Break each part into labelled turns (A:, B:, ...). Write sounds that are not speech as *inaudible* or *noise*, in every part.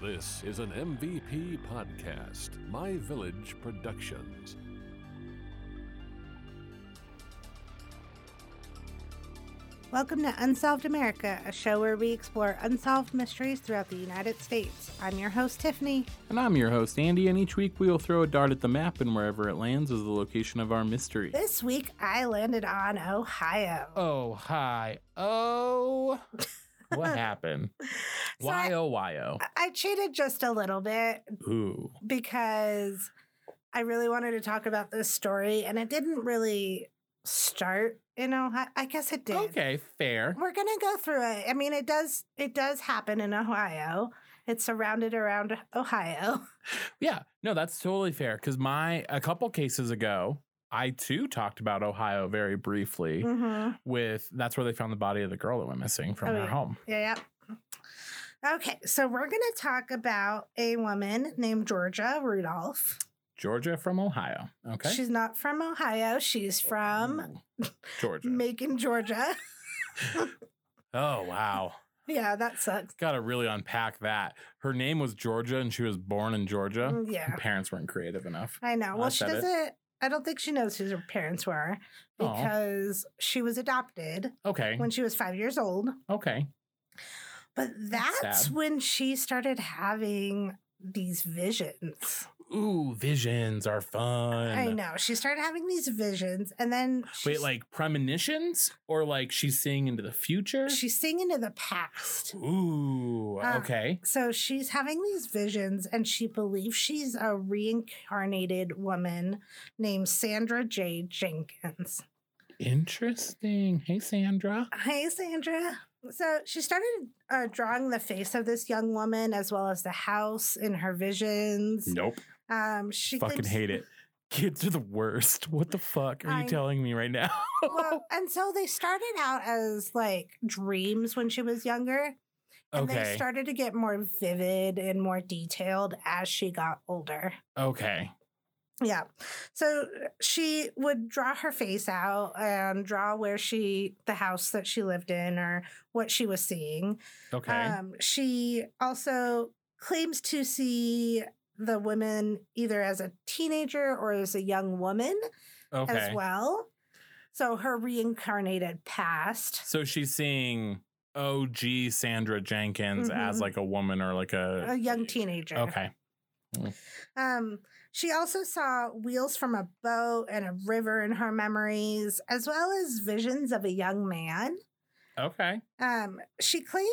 A: This is an MVP podcast, My Village Productions.
B: Welcome to Unsolved America, a show where we explore unsolved mysteries throughout the United States. I'm your host, Tiffany.
C: And I'm your host, Andy, and each week we will throw a dart at the map, and wherever it lands is the location of our mystery.
B: This week I landed on Ohio.
C: Oh, hi. Oh.
B: *laughs*
C: What happened?
B: So I-
C: Why, oh, why, oh.
B: I cheated just a little bit
C: Ooh.
B: because I really wanted to talk about this story and it didn't really start in Ohio. I guess it did.
C: Okay, fair.
B: We're gonna go through it. I mean, it does it does happen in Ohio. It's surrounded around Ohio.
C: Yeah, no, that's totally fair because my, a couple cases ago, I too talked about Ohio very briefly
B: Mm-hmm.
C: with that's where they found the body of the girl that went missing from
B: Oh,
C: her
B: yeah.
C: home.
B: Yeah. Okay, so we're going to talk about a woman named Georgia Rudolph.
C: Georgia from Ohio. Okay.
B: She's not from Ohio. She's from
C: Ooh. Georgia.
B: Macon, Georgia. *laughs*
C: oh, wow.
B: yeah, that sucks.
C: Gotta really unpack that. Her name was Georgia and she was born in Georgia.
B: Oh, Mm, Yeah,
C: Her parents weren't creative enough.
B: I know. Well,
C: I
B: she
C: said it.
B: doesn't, I don't think she knows who her parents were
C: Aw.
B: because she was adopted
C: Okay.
B: when she was five years old.
C: Okay.
B: But
C: That's
B: that's
C: sad.
B: when she started having these visions.
C: Ooh, visions are fun.
B: I know. She started having these visions and then.
C: Wait,
B: she's-
C: like premonitions or like she's seeing into the future?
B: She's seeing into the past.
C: Ooh,
B: Uh,
C: okay.
B: So she's having these visions, and she believes she's a reincarnated woman named Sandra J. Jenkins.
C: Interesting. Hey, Sandra.
B: Hi, Sandra. So she started uh, drawing the face of this young woman as well as the house in her visions.
C: Nope.
B: Um, she
C: Fucking
B: claims-
C: hate it. Kids are the worst. What the fuck are you
B: I-
C: telling me right now?
B: *laughs* Well, and so they started out as like dreams when she was younger, and they
C: *laughs* okay.
B: started to get more vivid and more detailed as she got older.
C: okay.
B: Yeah. So she would draw her face out and draw where she, the house that she lived in or what she was seeing.
C: Okay.
B: Um, she also claims to see the women either as a teenager or as a young woman
C: okay.
B: as well. So her reincarnated past.
C: So she's seeing OG Sandra Jenkins as
B: Mhm.
C: like a woman or like a,
B: A young teenager.
C: Okay.
B: Um, she also saw wheels from a boat and a river in her memories, as well as visions of a young man.
C: Okay.
B: Um, she claimed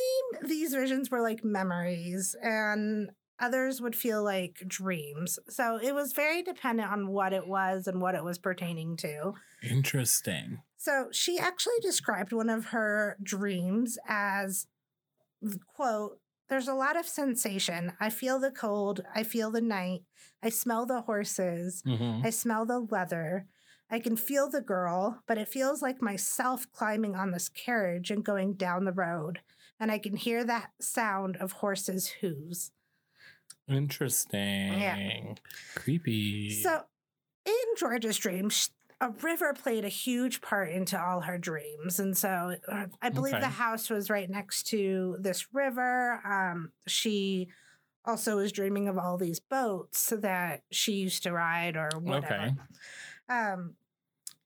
B: these visions were like memories and others would feel like dreams. So it was very dependent on what it was and what it was pertaining to.
C: Interesting.
B: So she actually described one of her dreams as quote, there's a lot of sensation. I feel the cold, I feel the night, I smell the horses,
C: Mhm.
B: I smell the leather. I can feel the girl, but it feels like myself climbing on this carriage and going down the road. And I can hear that sound of horses' hooves.
C: Interesting. Creepy.
B: So, in George's dream, sh- a river played a huge part into all her dreams. And so, uh, I believe
C: Okay.
B: the house was right next to this river. Um, she also was dreaming of all these boats that she used to ride or whatever.
C: okay.
B: um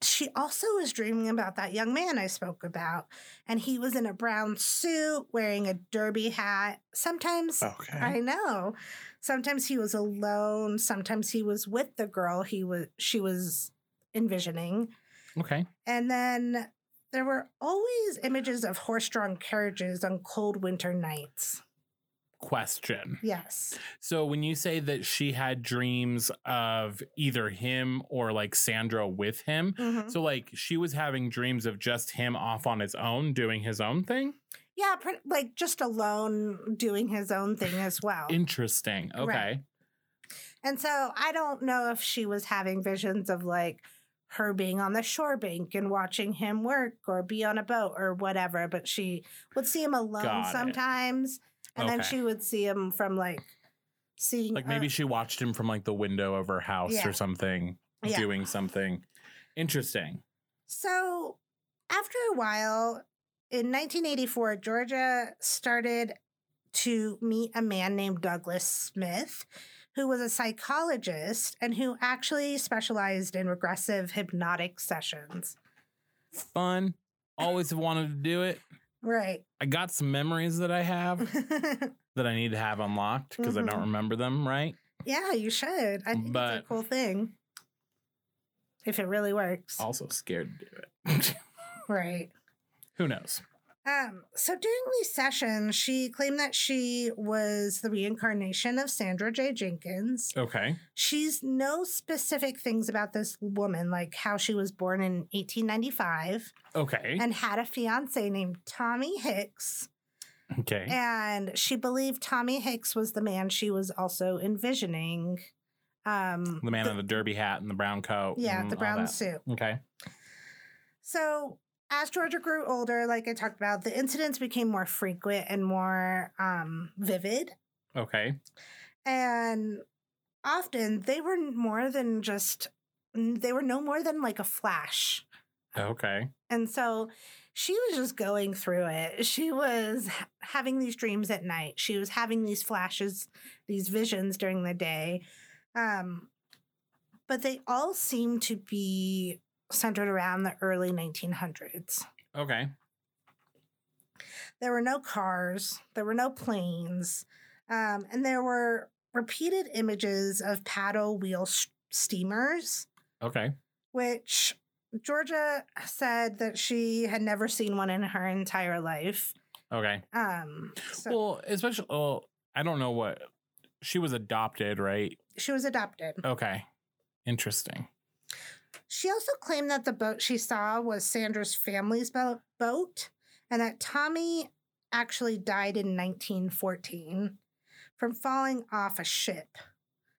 B: she also was dreaming about that young man I spoke about, and he was in a brown suit wearing a derby hat. Sometimes,
C: Okay.
B: I know, sometimes he was alone. Sometimes he was with the girl he was she was envisioning,
C: okay.
B: and then there were always images of horse-drawn carriages on cold winter nights.
C: Question.
B: Yes,
C: So when you say that she had dreams of either him or like Sandra with him,
B: Mhm.
C: so like she was having dreams of just him off on his own doing his own thing?
B: yeah, pre- like just alone doing his own thing as well.
C: Interesting. Okay.
B: Oh. Right. And so I don't know if she was having visions of like her being on the shore bank and watching him work or be on a boat or whatever, but she would see him alone
C: Got it.
B: sometimes. And then
C: Okay.
B: she would see him from like seeing
C: Like maybe
B: uh,
C: she watched him from like the window of her house
B: Yeah.
C: or something,
B: Yeah.
C: doing something. Interesting.
B: So after a while in 1984, Georgia started to meet a man named Douglas Smith, who was a psychologist and who actually specialized in regressive hypnotic sessions.
C: Fun. Always have wanted to do it.
B: Right.
C: I got some memories that I have
B: *laughs*
C: that I need to have unlocked because I
B: Mhm.
C: don't remember them, right?
B: yeah, you should. I think it's a
C: But-
B: cool thing. If it really works.
C: Also scared to do it. *laughs*
B: Right.
C: Who knows?
B: Um, so during these sessions, she claimed that she was the reincarnation of Sandra J. Jenkins.
C: Okay.
B: She's no specific things about this woman, like how she was born in 1895
C: Okay.
B: and had a fiance named Tommy Hicks.
C: okay.
B: And she believed Tommy Hicks was the man she was also envisioning. Um,
C: the man in the derby hat and the brown coat.
B: yeah,
C: and
B: the
C: all
B: brown
C: that.
B: suit.
C: Okay.
B: So as Georgia grew older, like I talked about, the incidents became more frequent and more um, vivid.
C: Okay.
B: and often they were more than just they were no more than like a flash
C: Okay.
B: and so she was just going through it she was ha- having these dreams at night she was having these flashes these visions during the day um but they all seem to be centered around the early 1900s
C: Okay.
B: there were no cars, there were no planes, um, and there were repeated images of paddle wheel s steamers,
C: Okay.
B: which Georgia said that she had never seen one in her entire life.
C: Okay.
B: Um, so
C: well, especially, well, I don't know what. She was adopted, right?
B: she was adopted.
C: Okay. Interesting.
B: She also claimed that the boat she saw was Sandra's family's bo- boat and that Tommy actually died in 1914 from falling off a ship.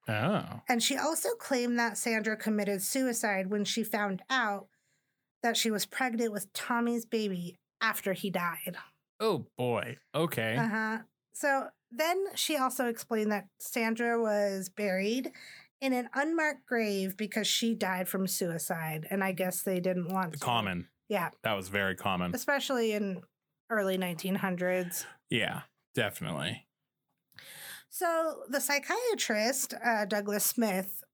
C: Oh.
B: And she also claimed that Sandra committed suicide when she found out that she was pregnant with Tommy's baby after he died.
C: Oh, boy. Okay.
B: Uh huh. So then she also explained that Sandra was buried in an unmarked grave because she died from suicide. And I guess they didn't want to-
C: common.
B: Yeah.
C: That was very common.
B: especially in early 1900s.
C: Yeah, definitely.
B: So the psychiatrist uh, Douglas Smith,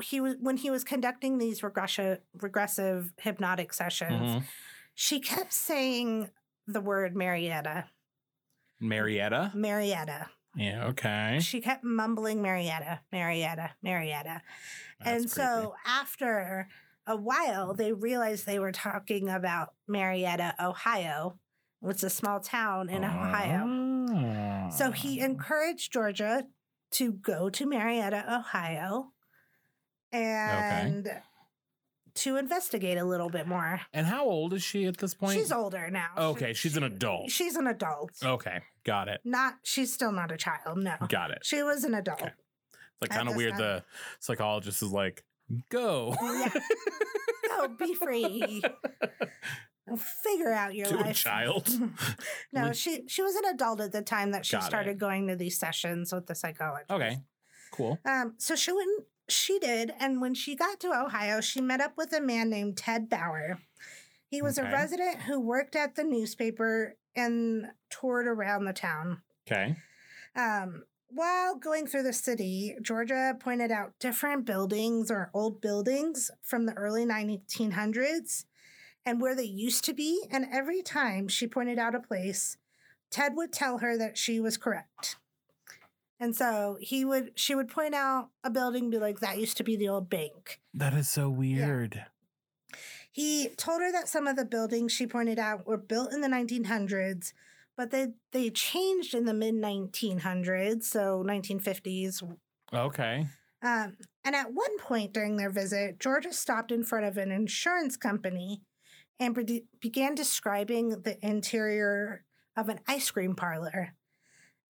B: he was when he was conducting these regressive regressive hypnotic sessions,
C: Mhm.
B: she kept saying the word Marietta,
C: Marietta.
B: Marietta.
C: Yeah. Okay.
B: She kept mumbling Marietta, Marietta, Marietta,
C: That's
B: and so after a while, they realized they were talking about Marietta, Ohio, which is a small town in
C: creepy.
B: Ohio. So he
C: Ah.
B: encouraged Georgia to go to Marietta, Ohio, and to investigate a little bit more.
C: And how old is she at this point?
B: She's older now.
C: Okay,
B: She-
C: she's an
B: she-
C: adult.
B: She's an adult.
C: Okay, got it.
B: Not she's still not a child. No.
C: Got it.
B: She was an adult.
C: Okay. It's like
B: At
C: kind of
B: this
C: weird.
B: time.
C: The psychologist is like, "Go, *laughs*
B: Yeah. Go be free. Figure out your
C: To a
B: life.
C: child?
B: *laughs* no,
C: Like-
B: she she was an adult at the time that she
C: Got it.
B: started going to these sessions with the psychologist.
C: okay, cool,
B: Um, so she went, she did, and when she got to Ohio, she met up with a man named Ted Bauer. He was a
C: Okay.
B: resident who worked at the newspaper and toured around the town.
C: okay,
B: Um, while going through the city, Georgia pointed out different buildings or old buildings from the early 1900s and where they used to be. And every time she pointed out a place, Ted would tell her that she was correct. And so he would, she would point out a building, be like, that used to be the old bank.
C: that is so weird.
B: He told her that some of the buildings she pointed out were built in the 1900s, but they, they changed in the mid 1900s, so 1950s.
C: Okay,
B: Um, and at one point during their visit, Georgia stopped in front of an insurance company and be- began describing the interior of an ice cream parlor.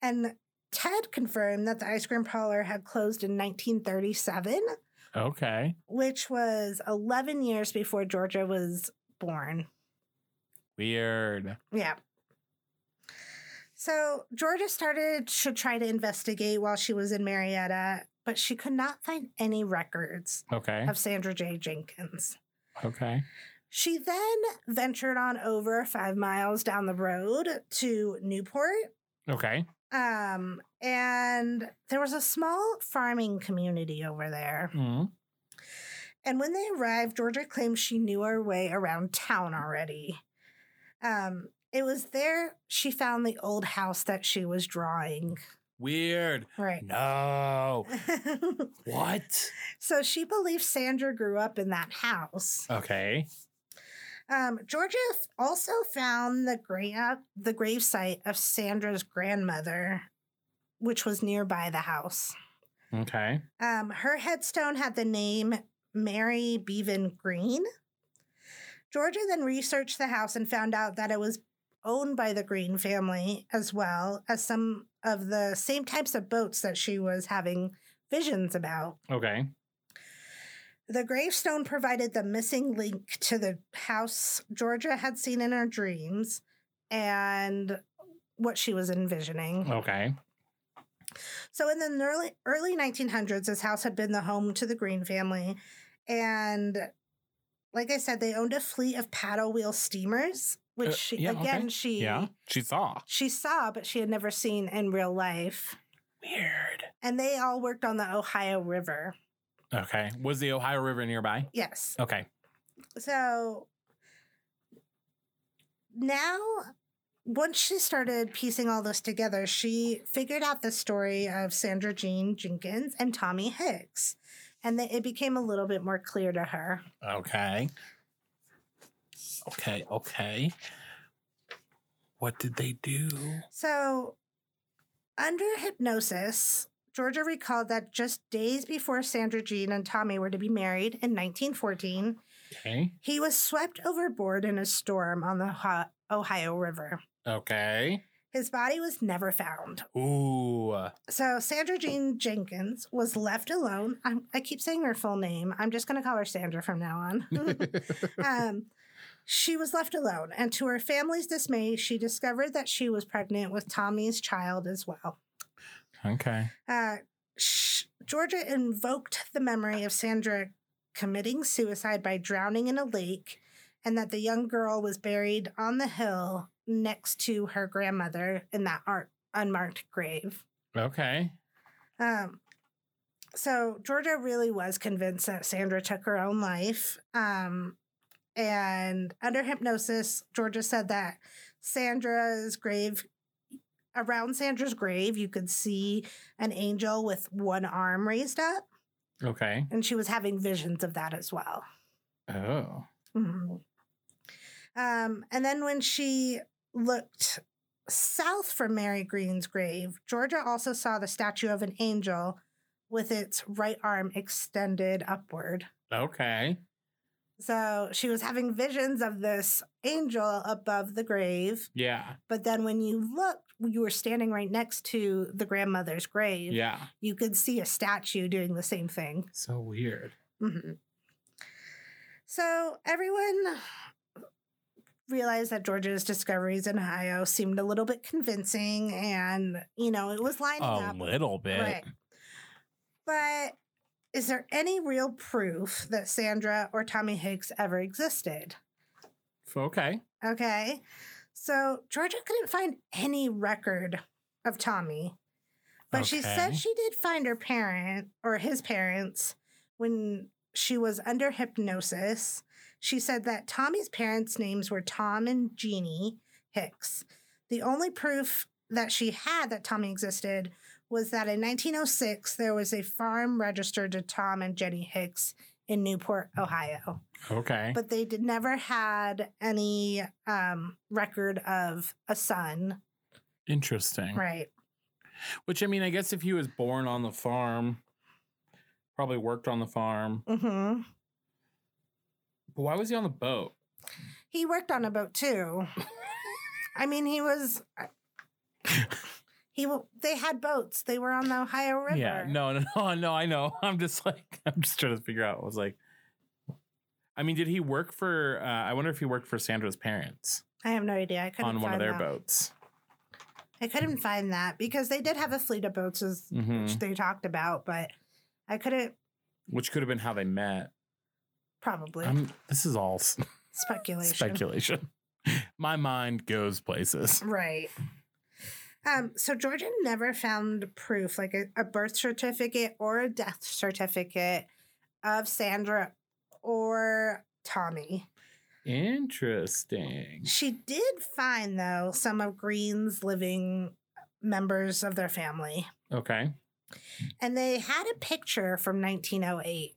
B: And Ted confirmed that the ice cream parlor had closed in 1937,
C: okay,
B: which was 11 years before Georgia was born.
C: weird.
B: Yeah. So Georgia started to try to investigate while she was in Marietta, but she could not find any records
C: Okay,
B: of Sandra J. Jenkins.
C: okay,
B: She then ventured on over five miles down the road to Newport,
C: okay.
B: Um, and there was a small farming community over there.
C: Mm.
B: And when they arrived, Georgia claimed she knew her way around town already. Um, it was there she found the old house that she was drawing.
C: Weird.
B: Right.
C: No. What?
B: *laughs* so she believed Sandra grew up in that house.
C: Okay.
B: Um, Georgia f- also found the gra- uh, the gravesite of Sandra's grandmother, which was nearby the house.
C: Okay.
B: Um, her headstone had the name Mary Bevan Green. Georgia then researched the house and found out that it was owned by the Green family, as well as some of the same types of boats that she was having visions about.
C: Okay.
B: The gravestone provided the missing link to the house Georgia had seen in her dreams and what she was envisioning.
C: Okay.
B: So, in the early, early 1900s, this house had been the home to the Green family. And like I said, they owned a fleet of paddle wheel steamers, which
C: Uh,
B: she,
C: yeah,
B: again,
C: okay.
B: she.
C: Yeah. She saw.
B: She saw, but she had never seen in real life.
C: Weird.
B: And they all worked on the Ohio River.
C: Okay. Was the Ohio River nearby?
B: Yes.
C: Okay.
B: So now, once she started piecing all this together, she figured out the story of Sandra Jean Jenkins and Tommy Hicks. And that it became a little bit more clear to her.
C: Okay. Okay. Okay. What did they do?
B: So, under hypnosis, Georgia recalled that just days before Sandra Jean and Tommy were to be married in 1914,
C: Okay.
B: he was swept overboard in a storm on the Ho- Ohio River.
C: Okay.
B: His body was never found.
C: *laughs* Ooh.
B: So Sandra Jean Jenkins was left alone. I'm, I keep saying her full name. I'm just going to call her Sandra from now
C: *laughs*
B: on. um, she was left alone, and to her family's dismay, she discovered that she was pregnant with Tommy's child as well.
C: okay.
B: Uh, sh- Georgia invoked the memory of Sandra committing suicide by drowning in a lake, and that the young girl was buried on the hill next to her grandmother in that ar- unmarked grave.
C: Okay.
B: Um, so Georgia really was convinced that Sandra took her own life. Um, and under hypnosis, Georgia said that Sandra's grave, around Sandra's grave, you could see an angel with one arm raised up.
C: Okay.
B: And she was having visions of that as well.
C: Oh.
B: Mhm. Um, and then when she looked south from Mary Green's grave, Georgia also saw the statue of an angel with its right arm extended upward.
C: Okay.
B: So she was having visions of this angel above the grave.
C: Yeah.
B: But then when you looked, you were standing right next to the grandmother's grave.
C: Yeah.
B: You could see a statue doing the same thing.
C: So weird.
B: hmm So everyone realized that Georgia's discoveries in Ohio seemed a little bit convincing, and you know it was lining
C: A
B: up.
C: little bit.
B: Right. But is there any real proof that Sandra or Tommy Hicks ever existed?
C: Okay.
B: Okay, so Georgia couldn't find any record of Tommy, but she said
C: Okay.
B: she did find her parent or his parents when she was under hypnosis. She said that Tommy's parents' names were Tom and Jeannie Hicks. The only proof that she had that Tommy existed was that in 1906 there was a farm registered to Tom and Jenny Hicks in Newport, Ohio
C: Okay.
B: but they did never had any um record of a son
C: Interesting.
B: right
C: Which I mean, I guess if he was born on the farm, probably worked on the farm.
B: hmm
C: But why was he on the boat?
B: he worked on a boat
C: *laughs*
B: too i mean he was uh,
C: *laughs*
B: he wa- they had boats they were on the ohio river
C: Yeah. No, *laughs* no, no, no. I know. I'm just like *laughs* I'm just trying to figure out. I was like, I mean, did he work for? Uh, I wonder if he worked for Sandra's parents
B: i have no idea i couldn't
C: on one of
B: find
C: their
B: that.
C: boats. Mm.
B: i couldn't find that because they did have a fleet of boats as
C: hmm
B: which they talked about but i couldn't
C: Which could have been how they met.
B: probably
C: I'm, this is all s-
B: speculation *laughs*
C: *laughs* speculation. My mind goes places.
B: Right. Um, so Georgia never found proof, like a, a birth certificate or a death certificate of Sandra or Tommy.
C: Interesting.
B: She did find, though, some of Green's living members of their family,
C: Okay.
B: and they had a picture from 1908.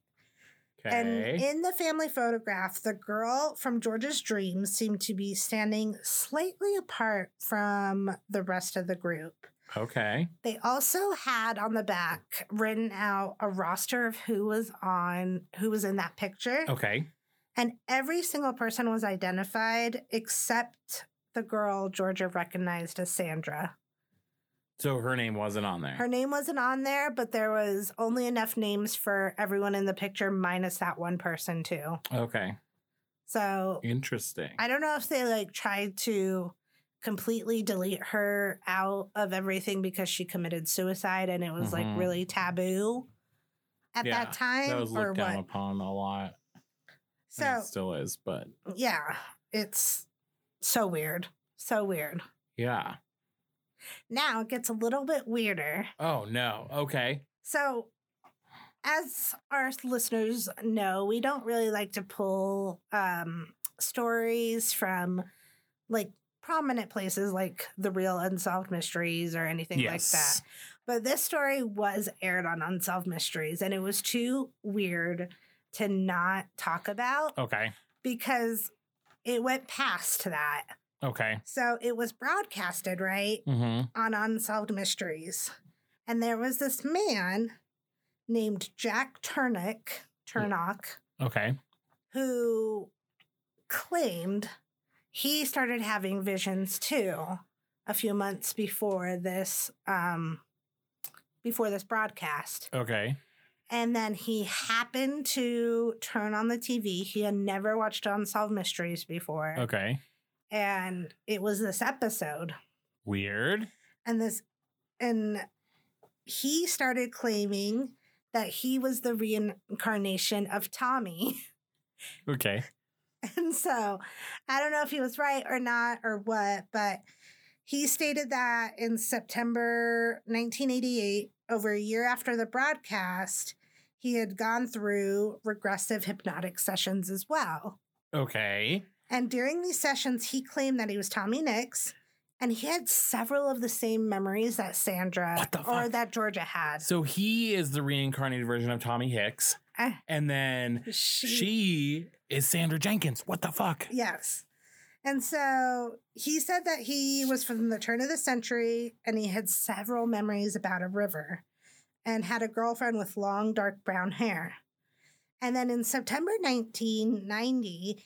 B: And
C: Okay.
B: in the family photograph, the girl from George's dreams seemed to be standing slightly apart from the rest of the group.
C: Okay.
B: They also had on the back written out a roster of who was on who was in that picture.
C: Okay.
B: And every single person was identified except the girl Georgia recognized as Sandra.
C: So her name wasn't on there.
B: Her name wasn't on there, but there was only enough names for everyone in the picture minus that one person too.
C: okay.
B: So
C: Interesting.
B: I don't know if they like tried to completely delete her out of everything because she committed suicide and it was
C: Mhm.
B: like really taboo at
C: Yeah,
B: that time
C: that was
B: or
C: looked down
B: what.
C: upon a lot. I mean,
B: So
C: it still is, but
B: yeah, it's so weird. So weird.
C: yeah.
B: Now it gets a little bit weirder.
C: Oh no. Okay.
B: So as our listeners know, we don't really like to pull um stories from like prominent places like the real unsolved mysteries or anything like that. But this story was aired on Unsolved Mysteries, and it was too weird to not talk about
C: Okay.
B: because it went past that.
C: Okay.
B: So it was broadcasted, right,
C: Mm-hmm.
B: on Unsolved Mysteries. And there was this man named Jack Turnock, Turnock,
C: Okay.
B: who claimed he started having visions too a few months before this um before this broadcast
C: Okay.
B: and then he happened to turn on the TV. He had never watched Unsolved Mysteries before.
C: Okay.
B: And it was this episode.
C: Weird.
B: And this and he started claiming that he was the reincarnation of Tommy. *laughs*
C: Okay.
B: And so I don't know if he was right or not or what, but he stated that in September 1988, over a year after the broadcast, he had gone through regressive hypnotic sessions as well.
C: Okay.
B: And during these sessions, he claimed that he was Tommy Nix and he had several of the same memories that Sandra
C: What the
B: or
C: fuck?
B: that Georgia had.
C: So he is the reincarnated version of Tommy Hicks,
B: Ah.
C: and then she is Sandra Jenkins. What the fuck?
B: Yes. And so he said that he was from the turn of the century and he had several memories about a river and had a girlfriend with long, dark brown hair. And then in September 1990,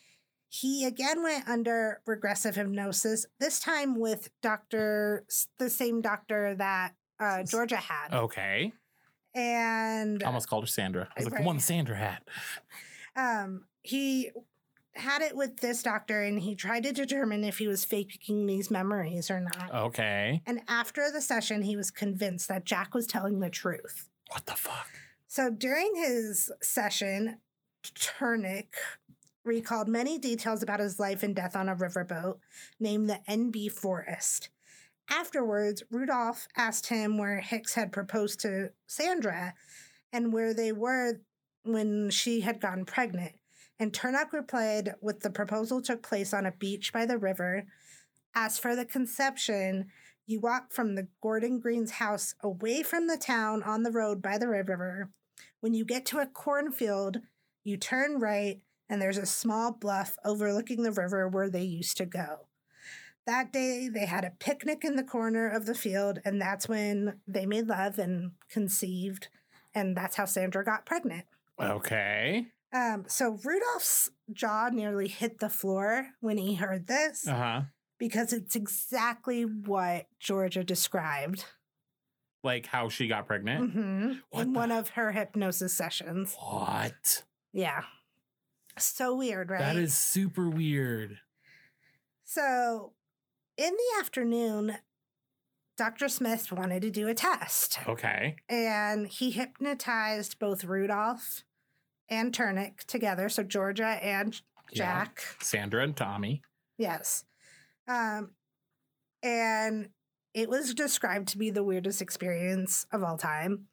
B: he again went under regressive hypnosis, this time with Dr. s- the same doctor that uh, Georgia had.
C: Oh. Okay.
B: And
C: Almost called her Sandra. I was like,
B: Right.
C: the one Sandra hat.
B: um, he had it with this doctor and he tried to determine if he was faking these memories or
C: Oh.
B: not.
C: Okay.
B: And after the session, he was convinced that Jack was telling the truth.
C: What the fuck?
B: So during his session, Turnick recalled many details about his life and death on a riverboat named the NB Forest. Afterwards, Rudolph asked him where Hicks had proposed to Sandra and where they were when she had gotten pregnant. And Turnock replied with the proposal took place on a beach by the river. As for the conception, you walk from the Gordon Green's house away from the town on the road by the river. When you get to a cornfield, you turn right, and there's a small bluff overlooking the river where they used to go. That day, they had a picnic in the corner of the field, and that's when they made love and conceived, and that's how Sandra got pregnant.
C: Okay.
B: Um, so Rudolph's jaw nearly hit the floor when he heard this
C: Uh huh.
B: because it's exactly what Georgia described
C: Like how she got pregnant.
B: hmm
C: Eh? What
B: in
C: the-
B: one of her hypnosis sessions.
C: What?
B: Yeah. So weird, right?
C: That is super weird.
B: So, in the afternoon, Dr. Smith wanted to do a test,
C: Okay.
B: and he hypnotized both Rudolph and Turnick together. So, Georgia and
C: Yeah.
B: Jack.
C: Sandra and Tommy.
B: Yes. Um, and It was described to be the weirdest experience of all time.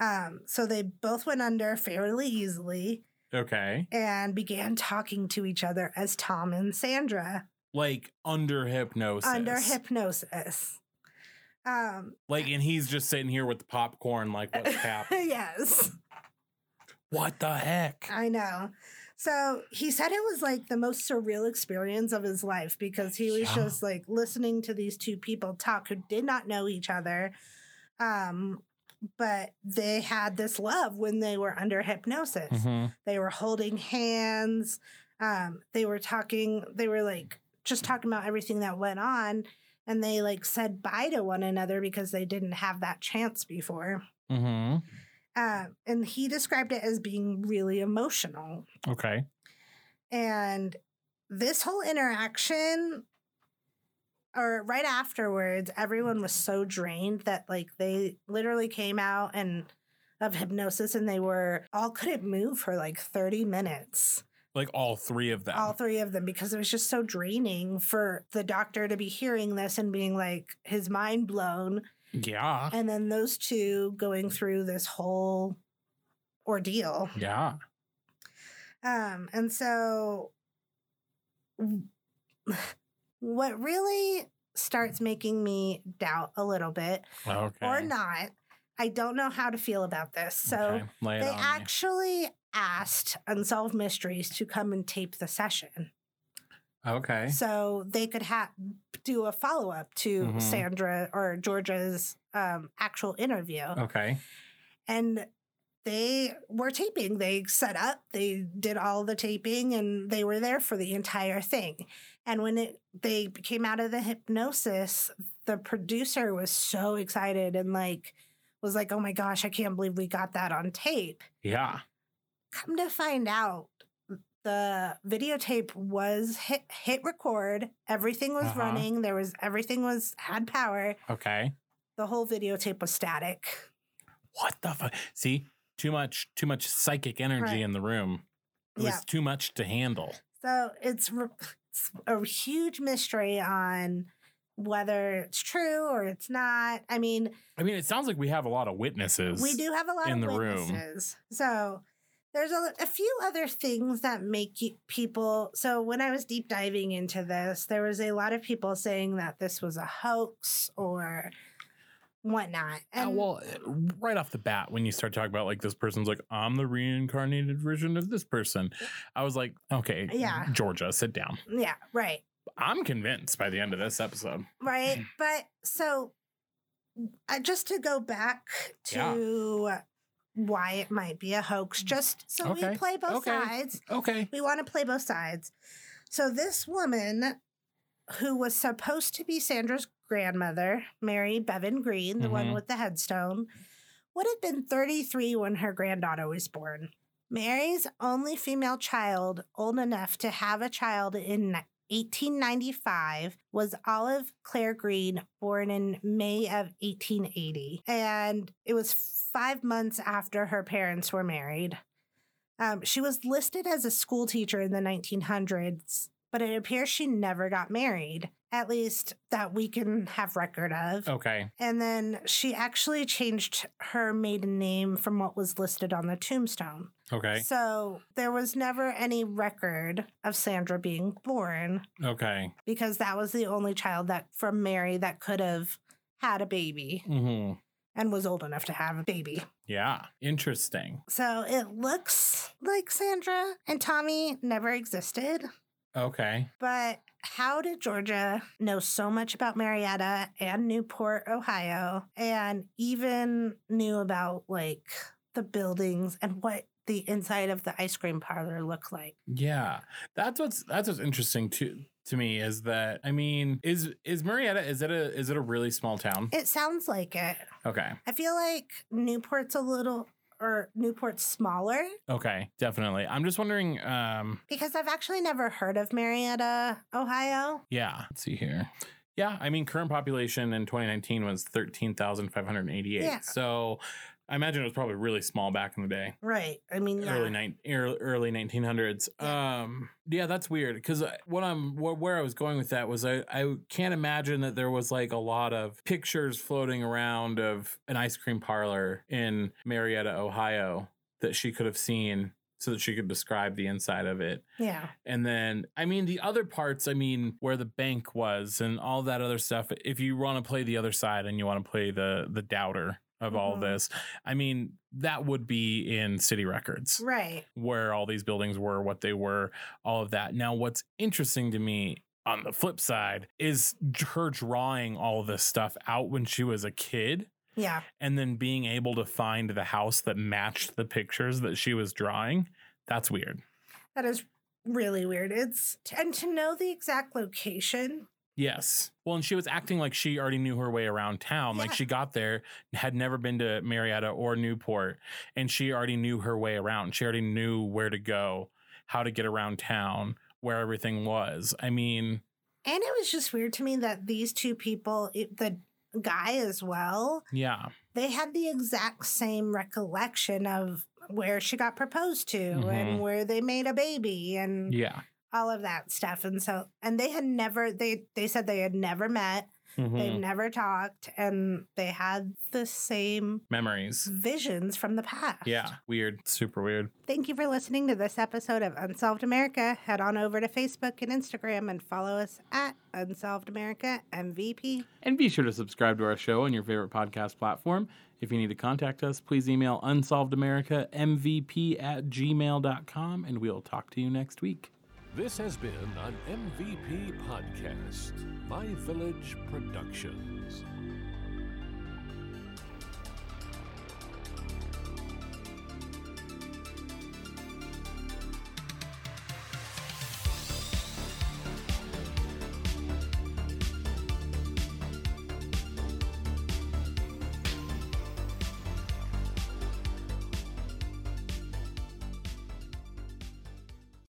B: Um, so they both went under fairly easily
C: Okay.
B: and began talking to each other as Tom and Sandra
C: Like under hypnosis.
B: under hypnosis. Um, *laughs*
C: Like, and he's just sitting here with the popcorn, like, what's happening?
B: yes.
C: What the heck?
B: I know. So he said it was like the most surreal experience of his life because he was
C: Yeah.
B: just like listening to these two people talk who did not know each other. Um, but they had this love when they were under hypnosis.
C: Mhm.
B: They were holding hands. Um, they were talking, they were like just talking about everything that went on. And they like said bye to one another because they didn't have that chance before.
C: Mhm.
B: Um, and he described it as being really emotional.
C: Okay.
B: And this whole interaction, or right afterwards, everyone was so drained that like they literally came out and of hypnosis and they were all couldn't move for like 30 minutes
C: Like all three of them.
B: all three of them because it was just so draining for the doctor to be hearing this and being like his mind blown
C: yeah.
B: and then those two going through this whole ordeal
C: Yeah.
B: Um, and so w- *sighs* what really starts making me doubt a little bit
C: Okay.
B: or not, I don't know how to feel about this. So
C: Okay. Lay it
B: they
C: on me.
B: actually asked Unsolved Mysteries to come and tape the session
C: Okay.
B: so they could have do a follow up to
C: Mhm.
B: Sandra or Georgia's um, actual interview.
C: Okay.
B: and they were taping. They set up, they did all the taping, and they were there for the entire thing. And when it they came out of the hypnosis, the producer was so excited and like was like, "Oh my gosh, I can't believe we got that on tape."
C: Yeah.
B: Come to find out, the videotape was hit hit record. Everything was
C: Uh-huh.
B: running. There was everything was had power.
C: Okay.
B: The whole videotape was static.
C: What the fuck? See, too much, too much psychic energy
B: Right.
C: in the room. It
B: Yeah.
C: was too much to handle.
B: So it's, r- it's a huge mystery on whether it's true or it's not. I mean,
C: I mean, it sounds like we have a lot of witnesses.
B: we do have a lot
C: in
B: of
C: the room.
B: witnesses. So there's a, a few other things that make you, people. So when I was deep diving into this, there was a lot of people saying that this was a hoax or whatnot.
C: Uh,
B: And
C: well, right off the bat, when you start talking about like this person's like, I'm the reincarnated version of this person, I was like, okay,
B: Yeah.
C: Georgia, sit down.
B: yeah, right.
C: I'm convinced by the end of this episode. Mm-hmm.
B: right? But so, uh, just to go back to why it might be a hoax, just so we
C: Mm. Okay.
B: play both
C: Okay.
B: sides.
C: Okay.
B: We want to play both sides. So, this woman who was supposed to be Sandra's grandmother, Mary Bevan Green, the one
C: Mhm.
B: with the headstone, would have been 33 when her granddaughter was born. Mary's only female child, old enough to have a child in 1895, was Olive Claire Green, born in May of 1880. And it was five months after her parents were married. Um, she was listed as a school teacher in the 1900s, but it appears she never got married, at least that we can have record of.
C: Okay.
B: And then she actually changed her maiden name from what was listed on the tombstone.
C: Okay.
B: So there was never any record of Sandra being born
C: Okay.
B: because that was the only child that from Mary that could have had a baby
C: hmm
B: and was old enough to have a baby.
C: Yeah. Interesting.
B: So it looks like Sandra and Tommy never existed.
C: Okay.
B: But how did Georgia know so much about Marietta and Newport, Ohio, and even knew about like the buildings and what the inside of the ice cream parlor looked like?
C: Yeah. That's what's that's what's interesting to to me is that I mean, is is Marietta is it a is it a really small town?
B: It sounds like it.
C: Okay.
B: I feel like Newport's a little or Newport's smaller
C: Okay. Definitely. I'm just wondering, um,
B: because I've actually never heard of Marietta, Ohio.
C: Yeah. Let's see here. Yeah, I mean, current population in 2019 was 13,588.
B: Yeah.
C: So I imagine it was probably really small back in the day.
B: Right. I mean, yeah.
C: Early nine, ear- early nineteen hundreds. Um, yeah, that's weird. Because what I'm wh- where I was going with that was I I can't imagine that there was like a lot of pictures floating around of an ice cream parlor in Marietta, Ohio, that she could have seen so that she could describe the inside of it.
B: yeah.
C: And then, I mean, the other parts, I mean, where the bank was and all that other stuff. If you want to play the other side and you want to play the the doubter of all
B: Mhm.
C: this, I mean, that would be in city records
B: Right.
C: where all these buildings were, what they were, all of that. Now, what's interesting to me on the flip side is her drawing all this stuff out when she was a kid
B: Yeah.
C: and then being able to find the house that matched the pictures that she was drawing. That's weird.
B: That is really weird. It's and to know the exact location.
C: Yes. Well, and she was acting like she already knew her way around town. Like
B: Yeah.
C: she got there, had never been to Marietta or Newport, and she already knew her way around. She already knew where to go, how to get around town, where everything was. I mean,
B: And it was just weird to me that these two people, it- the guy as well,
C: yeah.
B: they had the exact same recollection of where she got proposed to and
C: Mhm.
B: where they made a baby and
C: Yeah.
B: all of that stuff. And so and they had never they they said they had never met, they've
C: Mhm.
B: never talked, and they had the same
C: Memories.
B: visions from the past.
C: Yeah. Weird. Super weird.
B: Thank you for listening to this episode of Unsolved America. Head on over to Facebook and Instagram and follow us at Unsolved America MVP.
C: And be sure to subscribe to our show on your favorite podcast platform. If you need to contact us, please email unsolvedamerica.mvp at gmail.com, and we'll talk to you next week.
A: This has been an MVP podcast, My Village Productions.